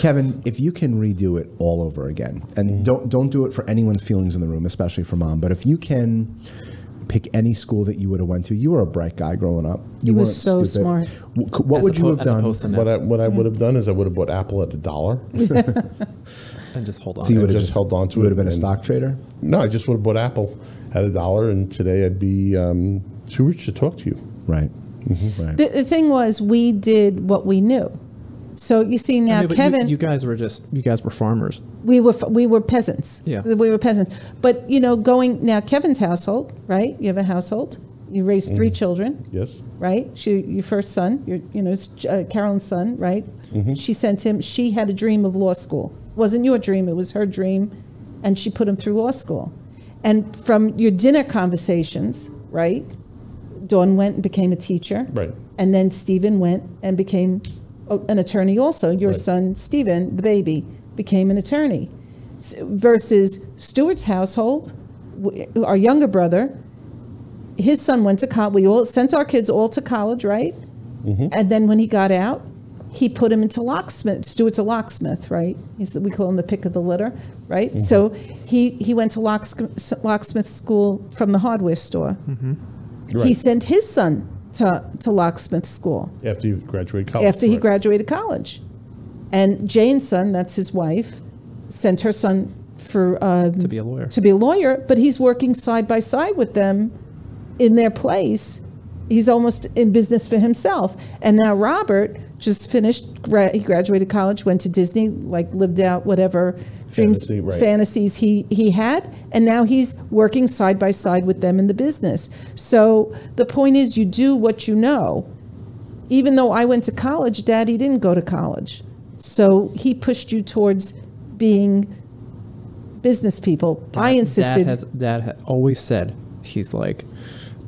S2: Kevin, if you can redo it all over again, and don't don't do it for anyone's feelings in the room, especially for mom. But if you can pick any school that you would have went to, you were a bright guy growing up. You
S3: was
S2: weren't
S3: so
S2: stupid.
S3: smart.
S2: W- c- What
S1: As
S2: would you
S1: oppo-
S2: have
S1: as
S2: done?
S1: opposed to now.
S4: What I, what
S1: Mm-hmm.
S4: I would have done is I would have bought Apple at a dollar.
S1: and just hold on.
S2: So you would have
S4: just
S2: just
S4: held on to
S2: you
S4: it
S2: Would have been a
S4: and-
S2: stock trader.
S4: No, I just would have bought Apple at a dollar, and today I'd be um, too rich to talk to you.
S2: Right. Right.
S3: The, the thing was, we did what we knew. So you see
S1: I
S3: now,
S1: mean, but you-
S3: Kevin,
S1: you, guys were just you guys were farmers.
S3: we were f- we were peasants.
S1: Yeah.
S3: we were peasants. But you know, going now, Kevin's household, right? You have a household. You raised three children.
S4: Yes.
S3: right? She, your first son, your, you know, s- uh, Carolyn's son, right?
S4: Mm-hmm.
S3: She sent him. She had a dream of law school. wasn't your dream. It was her dream, and she put him through law school. And from your dinner conversations, right? Dawn went and became a teacher.
S4: Right.
S3: And then Stephen went and became a- an attorney also. Your
S4: Right.
S3: son, Stephen, the baby, became an attorney. S- Versus Stuart's household, w- our younger brother, his son went to college. We all sent our kids all to college, right?
S4: Mm-hmm.
S3: And then when he got out, he put him into locksmith. Stuart's a locksmith, right? He's the, we call him the pick of the litter, right?
S4: Mm-hmm.
S3: So he, he went to locksmith, locksmith school from the hardware store. He
S4: Right.
S3: sent his son to, to locksmith school
S4: After you graduate college.
S3: after he
S4: Oh, right.
S3: graduated college. And Jane's son, that's his wife, sent her son for um,
S1: to be a lawyer.
S3: to be a lawyer, but he's working side by side with them in their place. He's almost in business for himself. And now Robert just finished, gra- he graduated college, went to Disney, like lived out whatever dreams,
S4: Fantasy, right.
S3: fantasies he, he had. And now he's working side by side with them in the business. So the point is, you do what you know. Even though I went to college, daddy didn't go to college. So he pushed you towards being business people. I insisted.
S1: Dad has dad ha- always said he's like,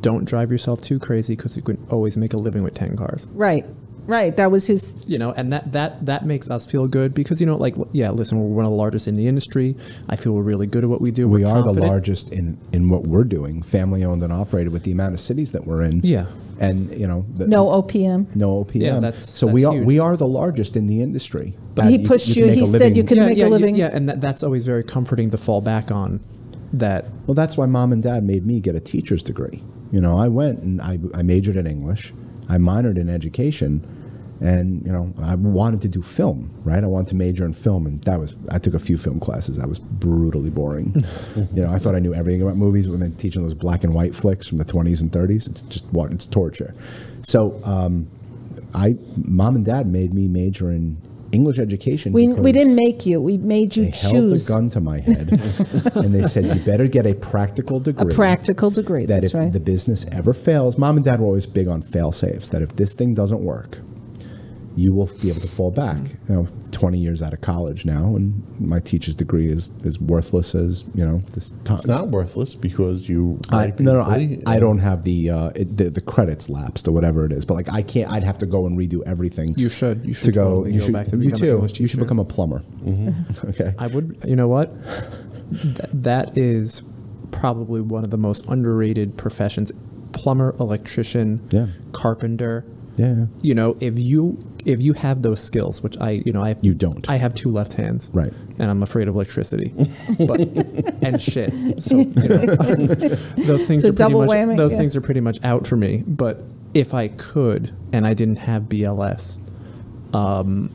S1: don't drive yourself too crazy because you can always make a living with ten cars.
S3: right, right. That was his.
S1: You know, and that that that makes us feel good because you know, like, yeah, listen, we're one of the largest in the industry. I feel we're really good at what we do.
S2: We
S1: We're
S2: are the
S1: confident.
S2: largest in, in what we're doing, family owned and operated, with the amount of cities that we're in.
S1: Yeah.
S2: and you know, the,
S3: No OPM.
S2: no OPM.
S1: Yeah, that's-
S2: so we
S1: that's
S2: are
S1: huge.
S2: we are the largest in the industry.
S3: he
S2: can-
S3: pushed
S2: can
S3: you,
S2: make
S3: he
S2: a
S3: said
S2: living-
S3: you can-
S1: yeah,
S3: make a
S1: yeah, you-
S3: living.
S1: Yeah, and that, that's always very comforting to fall back on. That
S2: Well, that's why mom and dad made me get a teacher's degree. You know, I went and I, I majored in English, I minored in education, and you know, I wanted to do film. Right, I wanted to major in film, and that was I took a few film classes. That was brutally boring. you know, I thought I knew everything about movies when they're teaching those black and white flicks from the twenties and thirties. It's just what it's torture. So, um, I mom and dad made me major in English education.
S3: We, we
S2: because-
S3: didn't make you. We made you
S2: they held the
S3: choose
S2: gun to my
S3: [laughs]
S2: head and they said, "You better get a practical
S3: a
S2: degree."
S3: practical degree.
S2: that
S3: That's
S2: if
S3: right.
S2: the business ever fails, mom and dad were always big on fail safes. That if this thing doesn't work, you will be able to fall back.
S3: Mm-hmm.
S2: You know, 20 years out of college now, and my teacher's degree is is worthless as you know this time.
S4: It's not worthless because you.
S2: I,
S4: write
S2: no, no, I,
S4: beautifully
S2: I
S4: and-
S2: don't have the, uh, it, the the credits lapsed or whatever it is, but like I can't. I'd have to go and redo everything.
S1: You should. You should
S2: to go.
S1: totally
S2: you
S1: go
S2: should.
S1: back to
S2: you
S1: become an
S2: too.
S1: English
S2: you should
S1: teacher. Mm-hmm.
S2: become a plumber. [laughs] okay.
S1: I would. You know what? Th- that is probably one of the most underrated professions. Plumber, electrician,
S2: Yeah.
S1: carpenter.
S2: yeah.
S1: You know, if you if you have those skills, which I, you know, I
S2: You don't.
S1: I have two left hands,
S2: Right.
S1: and I'm afraid of electricity, but and shit. So you know, those things
S3: It's a
S1: are pretty
S3: double
S1: much
S3: whammy,
S1: those
S3: yeah.
S1: things are pretty much out for me. But if I could, and I didn't have BLS, um,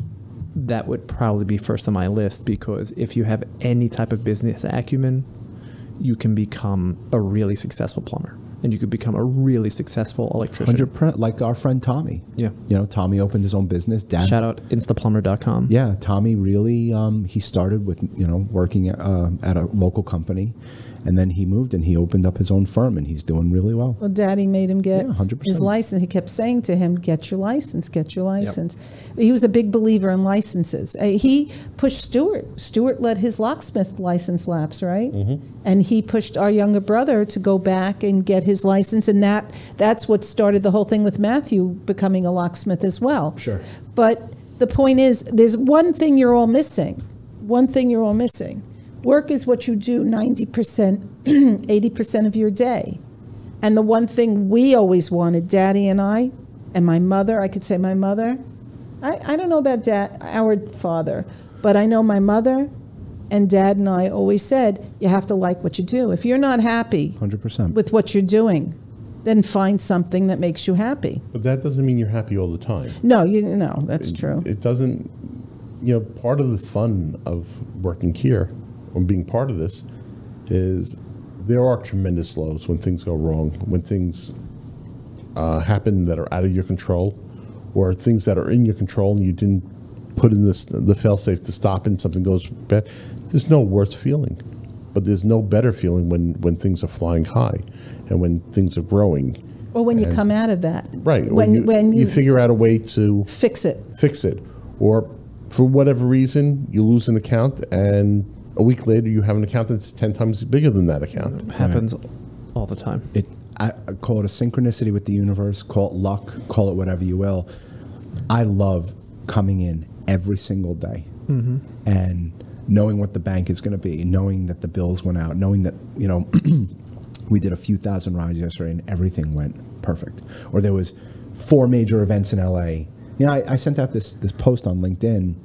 S1: that would probably be first on my list because if you have any type of business acumen, you can become a really successful plumber and you could become a really successful electrician.
S2: Hundred percent, like our friend Tommy.
S1: Yeah.
S2: you know, Tommy opened his own business. Dad,
S1: Shout out instaplumber.com.
S2: yeah, Tommy really. Um, he started with you know working uh, at a local company, and then he moved and he opened up his own firm, and he's doing really well.
S3: well, daddy made him get
S2: Yeah, 100%.
S3: his license. He kept saying to him, get your license, get your license. He was a big believer in licenses. Uh, He pushed Stuart. Stuart let his locksmith license lapse, right?
S2: Mm-hmm.
S3: And he pushed our younger brother to go back and get his license. And that that's what started the whole thing with Matthew becoming a locksmith as well.
S2: Sure.
S3: But the point is, there's one thing you're all missing. One thing you're all missing. Work is what you do [clears throat] 90%, 80% of your day. And the one thing we always wanted, Daddy and I, and my mother, I could say my mother. I, I don't know about dad, our father, but I know my mother and dad and I always said, you have to like what you do. If you're not happy
S2: Hundred percent.
S3: with what you're doing, then find something that makes you happy.
S4: But that doesn't mean you're happy all the time.
S3: No, you know, that's true.
S4: It doesn't, you know, part of the fun of working here or being part of this is there are tremendous lows when things go wrong, when things uh, happen that are out of your control, or things that are in your control and you didn't put in this the failsafe to stop and something goes bad. There's no worse feeling, but there's no better feeling when when things are flying high, and when things are growing.
S3: Or when you come out of that.
S4: Right. or
S3: When,
S4: you,
S3: when
S4: you
S3: you
S4: figure out a way to
S3: fix it.
S4: fix it. Or for whatever reason, you lose an account and a week later you have an account that's 10 times bigger than that account.
S1: Happens all the time.
S2: It. I I call it a synchronicity with the universe. Call it luck. Call it whatever you will. I love coming in every single day
S1: Mm-hmm.
S2: and knowing what the bank is going to be, knowing that the bills went out, knowing that you know we did a few thousand rides yesterday and everything went perfect. Or there was four major events in LA. You know, I, I sent out this this post on LinkedIn.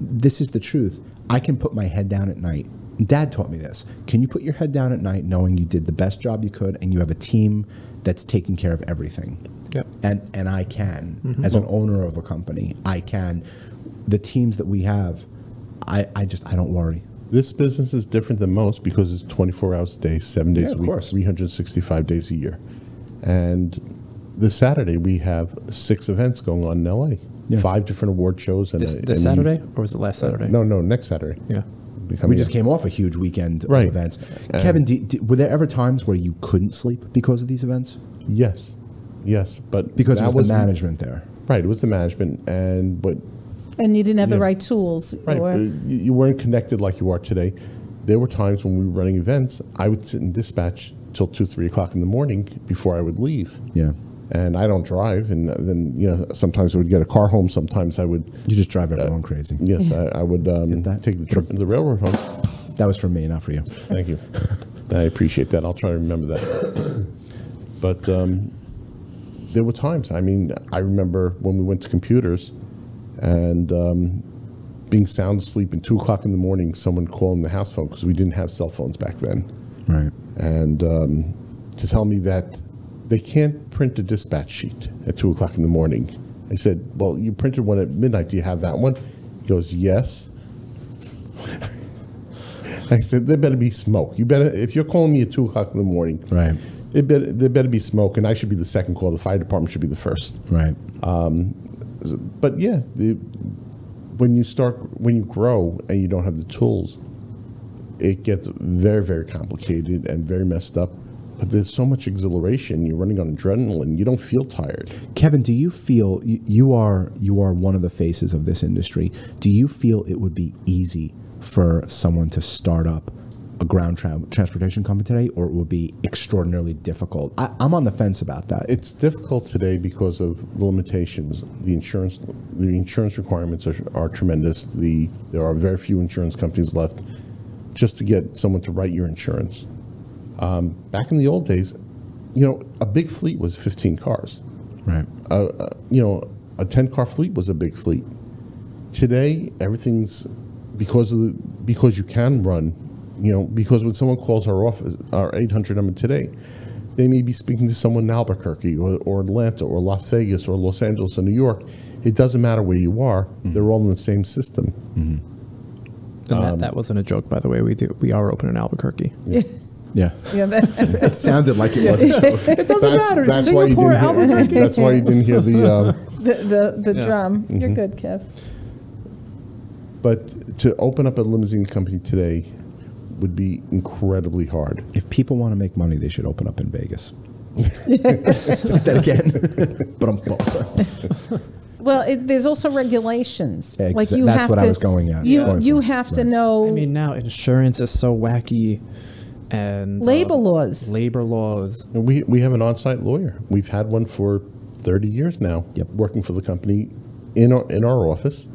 S2: This is the truth. I can put my head down at night Dad taught me this. Can you put your head down at night knowing you did the best job you could and you have a team that's taking care of everything?
S1: Yep.
S2: And and I can as an owner of a company, I can the teams that we have, I I just I don't worry.
S4: This business is different than most because it's 24 hours a day, seven days
S2: Yeah,
S4: a
S2: of
S4: week,
S2: course.
S4: 365 days a year. And this Saturday, we have six events going on in LA
S2: Yeah.
S4: five different award shows. And
S1: This,
S4: a-
S1: this
S4: and-
S1: Saturday or was it last Saturday?
S4: No, no, next Saturday.
S1: Yeah.
S2: We just came off a huge weekend
S4: Right.
S2: of events. Kevin, d d were there ever times where you couldn't sleep because of these events?
S4: Yes. Yes. But
S2: Because
S4: that
S2: it was, the management there.
S4: Right. It was the management. And but
S3: And you didn't have the
S4: Yeah.
S3: right tools.
S4: Right,
S3: or-
S4: but you, you weren't connected like you are today. There were times when we were running events, I would sit in dispatch till two, three o'clock in the morning before I would leave.
S2: Yeah.
S4: And I don't drive, and then you know sometimes I would get a car home. Sometimes I would,
S2: You just drive everyone crazy.
S4: yes, I, I would um,
S2: that?
S4: take the trip to the railroad home.
S2: That was from me, not for you.
S4: Thank you. I appreciate that. I'll try to remember that. But um, there were times. I mean, I remember when we went to computers and um, being sound asleep at two o'clock in the morning, someone calling the house phone because we didn't have cell phones back then,
S2: Right.
S4: and um, to tell me that they can't print a dispatch sheet at two o'clock in the morning. I said, "Well, you printed one at midnight. Do you have that one?" He goes, "Yes." [laughs] I said, "There better be smoke. You better if you're calling me at two o'clock in the morning,
S2: Right.
S4: it better, there better be smoke, and I should be the second call. The fire department should be the first.
S2: Right.
S4: But yeah, the, when you start, when you grow and you don't have the tools, it gets very, very complicated and very messed up. But there's so much exhilaration. You're running on adrenaline. You don't feel tired.
S2: Kevin, do you feel you, you are you are one of the faces of this industry? Do you feel it would be easy for someone to start up a ground tra- transportation company today, or it would be extraordinarily difficult? I, I'm on the fence about that.
S4: It's difficult today because of the limitations. The insurance, the insurance requirements are, are tremendous. The there are very few insurance companies left. Just to get someone to write your insurance. Um, back in the old days, you know, a big fleet was 15 cars.
S2: right.
S4: a, a- you know, a 10 car fleet was a big fleet. Today, everything's because of the, because you can run, you know, because when someone calls our office, our 800 number today, they may be speaking to someone in Albuquerque or, or Atlanta or Las Vegas or Los Angeles or New York. It doesn't matter where you are, they're all in the same system.
S1: And that, that wasn't a joke, by the way. We do. We are open in Albuquerque.
S2: Yeah.
S3: yeah, [laughs]
S4: [laughs]
S3: that-
S2: it sounded like [laughs] it was a joke.
S3: it doesn't matter. Singapore,
S4: you didn't hear,
S3: Albuquerque.
S4: [laughs] that's why you didn't hear the. Um,
S3: the the, the
S1: Yeah.
S3: drum. You're
S2: Mm-hmm.
S3: good, Kev.
S4: but to open up a limousine company today would be incredibly hard.
S2: If people want to make money, they should open up in Vegas. that again. [laughs] but I'm.
S3: Well, it, there's also regulations.
S2: Exa-
S3: like you
S2: that's
S3: have
S2: what I
S3: to,
S2: was going at,
S3: You
S2: going
S3: you
S2: for,
S3: have to
S2: right.
S3: know.
S1: I mean, now insurance is so wacky, and uh,
S3: Labor laws.
S1: labor laws.
S4: And We, we have an on-site lawyer. We've had one for 30 years now.
S2: Yep.
S4: Working for the company in our, in our office,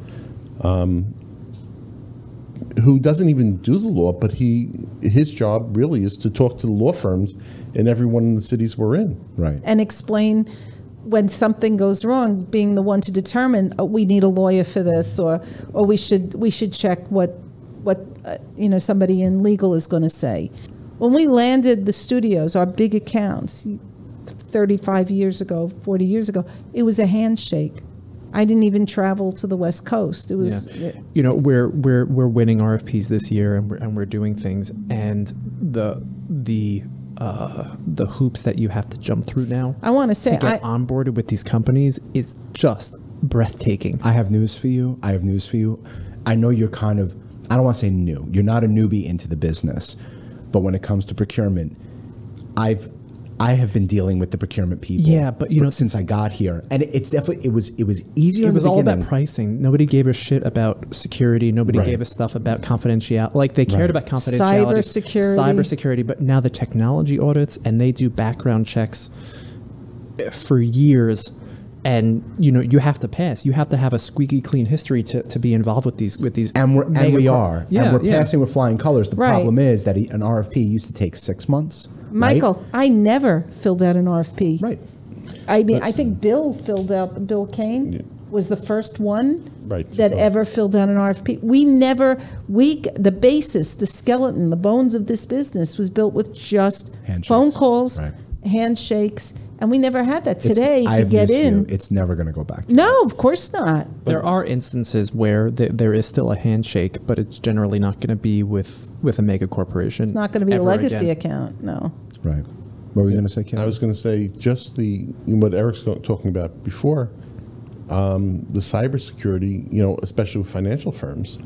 S4: um, who doesn't even do the law, but he, his job really is to talk to the law firms in every one of the cities we're in.
S2: Right.
S3: and explain when something goes wrong, being the one to determine oh, we need a lawyer for this, or or we should we should check what what uh, you know somebody in legal is going to say. When we landed the studios, our big accounts, 35 years ago, 40 years ago, it was a handshake. I didn't even travel to the West Coast. It was uh,
S1: Yeah. You know, we're we're we're winning RFPs this year, and we're and we're doing things, and the the uh, the hoops that you have to jump through now
S3: I want to say
S1: to get
S3: I,
S1: onboarded with these companies is just breathtaking.
S2: I have news for you. I have news for you. I know you're kind of, I don't want to say new. You're not a newbie into the business. But when it comes to procurement, I've, I have been dealing with the procurement people.
S1: Yeah, but, you
S2: for-
S1: know-
S2: since I got here, and it- it's definitely it was it was easier.
S1: It
S2: in the
S1: was all about
S2: beginning.
S1: pricing. Nobody gave a shit about security. Nobody
S2: Right.
S1: gave a stuff about confidentiality. Like they cared about confidentiality,
S3: Cybersecurity.
S1: cybersecurity. But now the technology audits and they do background checks eh, for years, and you know you have to pass. You have to have a squeaky clean history to, to be involved with these with these.
S2: and we're and
S1: mega
S2: we
S1: cor-
S2: are,
S1: Yeah,
S2: and we're
S1: yeah.
S2: passing with flying colors. The
S3: Right.
S2: problem is that he, an RFP used to take six months. right?
S3: Michael, I never filled out an RFP.
S2: right?
S3: I mean, I think Bill filled out Bill Kane. was the first one
S4: Right.
S3: that
S4: Oh.
S3: ever filled out an RFP. We never, we, the basis, the skeleton, the bones of this business was built with just
S2: Handshakes,
S3: phone calls,
S2: right.
S3: handshakes, and we never had that
S2: It's-
S3: today to
S2: I've
S3: get
S2: missed you.
S3: in.
S2: It's never going to go back. To
S3: No, of course not.
S1: there are instances where th- there is still a handshake, but it's generally not going to be with with a mega corporation.
S3: It's not going to be a
S1: ever
S3: legacy
S1: again.
S3: account, no.
S2: Right. What were you going to say, Ken?
S4: I was going to say just the what Eric's go- talking about before, um, the cybersecurity. You know, especially with financial firms,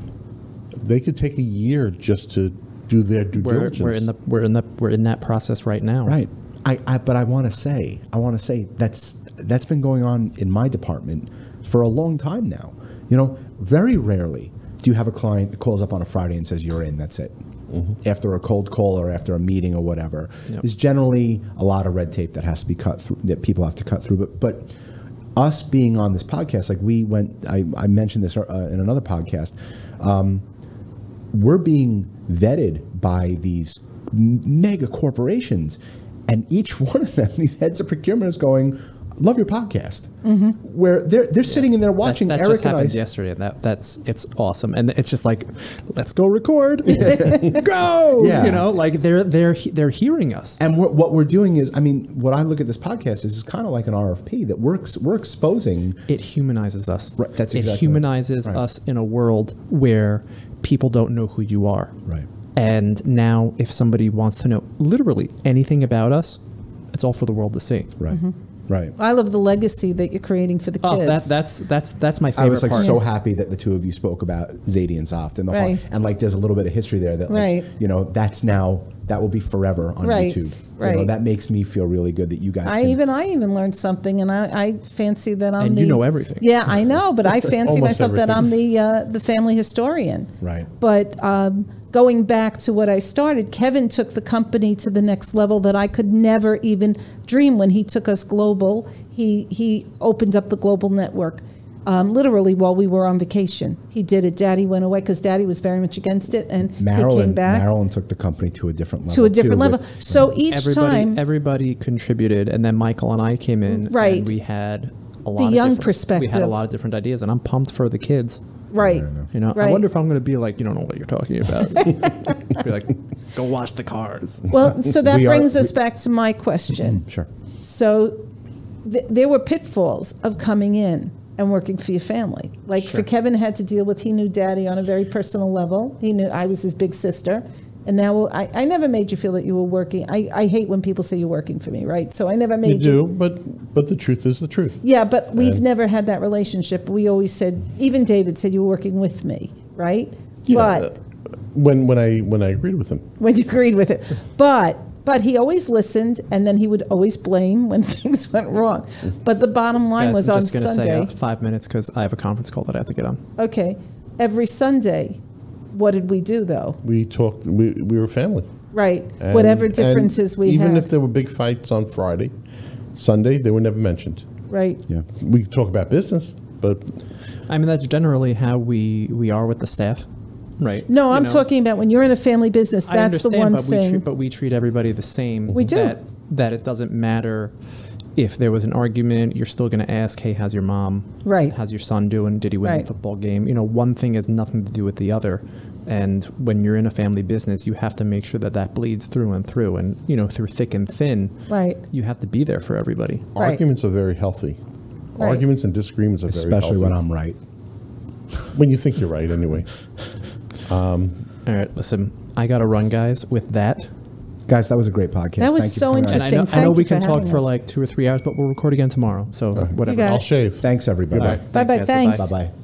S4: they could take a year just to do their due
S1: We're,
S4: diligence.
S1: we're in the we're in the we're in that process right now.
S2: Right. I, I but I want to say I want to say that's that's been going on in my department for a long time now. You know, very rarely do you have a client that calls up on a Friday and says you're in. That's it.
S3: Mm-hmm.
S2: After a cold call or after a meeting or whatever, there's generally a lot of red tape that has to be cut through that people have to cut through. But but us being on this podcast, like we went, I, I mentioned this uh, in another podcast. Um, we're being vetted by these m- mega corporations, and each [laughs] one of them, these heads of procurement, is going, "Love your podcast." Where they're they're sitting in there
S1: Mm-hmm. That,
S2: watching
S1: that
S2: Eric
S1: just
S2: and I.
S1: happened yesterday. That that's it's awesome, and it's just like, let's go record, [laughs] go.
S2: [laughs] Yeah.
S1: You know, like they're they're he- they're hearing us.
S2: And what what we're doing is, I mean, what I look at this podcast is, it's kind of like an RFP that we're ex- we're exposing.
S1: It humanizes us.
S2: Right, that's exactly
S1: it
S2: right.
S1: humanizes
S2: Right.
S1: us in a world where people don't know who you are.
S2: Right.
S1: And now, if somebody wants to know literally anything about us, it's all for the world to see.
S2: Right.
S1: Mm-hmm.
S2: Right.
S3: I love the legacy that you're creating for the kids.
S1: Oh, that, that's that's that's my favorite
S2: I was like
S1: part.
S2: so happy that the two of you spoke about Zadie and Soft and the
S3: Right.
S2: har- and like there's a little bit of history there that like,
S3: Right.
S2: you know that's now that will be forever on
S3: Right.
S2: YouTube. You know,
S3: Right.
S2: that makes me feel really good that you guys.
S3: I
S2: can-
S3: even I even learned something, and I, I fancy that I'm
S1: And
S3: the,
S1: you know everything.
S3: Yeah, I know, but I fancy
S4: Almost
S3: myself that I'm
S4: everything.
S3: the uh, the family historian.
S2: Right.
S3: But um, going back to what I started, Kevin took the company to the next level that I could never even dream. When he took us global, he he opened up the global network. Um, literally while we were on vacation, he did it. Daddy went away because Daddy was very much against it, and he
S2: Marilyn
S3: came back
S2: Marilyn took the company to a different level.
S3: to a different
S2: too,
S3: level.
S2: with-
S3: so each
S1: everybody
S3: time,
S1: everybody contributed, and then Michael and I came in.
S3: Right.
S1: And we had a lot. of different-
S3: young
S1: We had a
S3: perspective.
S1: lot of different ideas, and I'm pumped for the kids.
S3: right?
S1: You know, I
S3: Right.
S1: wonder if I'm going to be like, you don't know what you're talking
S3: [laughs]
S1: about. be like, go watch the cars.
S2: [laughs]
S3: Well, so that
S2: We are-
S3: brings us back to my question.
S2: [clears throat] sure.
S3: So th- there were pitfalls of coming in and working for your family. Like for Kevin had to deal with, he knew daddy on a very personal level. He knew I was his big sister. And now I, I never made you feel that you were working. I, I hate when people say you're working for me, right? So I never made
S4: you do, but but the truth is the truth.
S3: yeah, but we've never had that relationship. We always said, even David said you were working with me, right?
S2: uh,
S3: but
S4: when when I when I agreed with him,
S3: when you agreed with it. But but he always listened, and then he would always blame when [laughs] things went wrong. But the bottom
S1: Guys,
S3: line was
S1: I'm
S3: on
S1: just gonna say
S3: Sunday.
S1: uh, five minutes because I have a conference call that I have to get on.
S3: okay, every Sunday, what did we do though?
S4: we talked. We we were family.
S3: Right,
S4: And-
S3: whatever
S4: and
S3: differences we
S4: even
S3: had.
S4: if there were big fights on Friday, Sunday they were never mentioned.
S3: right,
S2: Yeah.
S4: We could talk about business, but
S1: I mean, that's generally how we we are with the staff, right?
S3: no,
S1: You
S3: I'm
S1: know,
S3: talking about when you're in a family business.
S1: I
S3: That's the
S1: understand,
S3: one
S1: but we
S3: thing.
S1: treat, but we treat everybody the same.
S3: We do.
S1: That, that it doesn't matter if there was an argument. You're still going to ask, "Hey, how's your mom?
S3: Right.
S1: How's your son doing? Did he win
S3: Right.
S1: the football game?" You know, one thing has nothing to do with the other. And when you're in a family business, you have to make sure that that bleeds through and through, and you know, through thick and thin.
S3: Right.
S1: You have to be there for everybody.
S3: Right.
S4: arguments are very healthy.
S3: Right.
S4: Arguments and disagreements are very
S2: Especially
S4: healthy.
S2: when I'm right.
S4: when you think you're right anyway.
S1: All right, listen, I got to run, guys. With that,
S2: Guys, that was a great podcast.
S3: That was
S2: Thank you
S3: so
S2: for-
S1: and I
S3: interesting.
S1: know, I
S3: Thank
S1: know
S3: you
S1: we
S3: for
S1: can talk
S3: having
S1: for
S3: us.
S1: like two or three hours, but we'll record again tomorrow. So whatever.
S3: got it.
S4: I'll shave.
S2: Thanks everybody.
S1: All right.
S3: Bye-bye,
S1: guys. Bye-bye.
S3: thanks.
S2: Bye bye.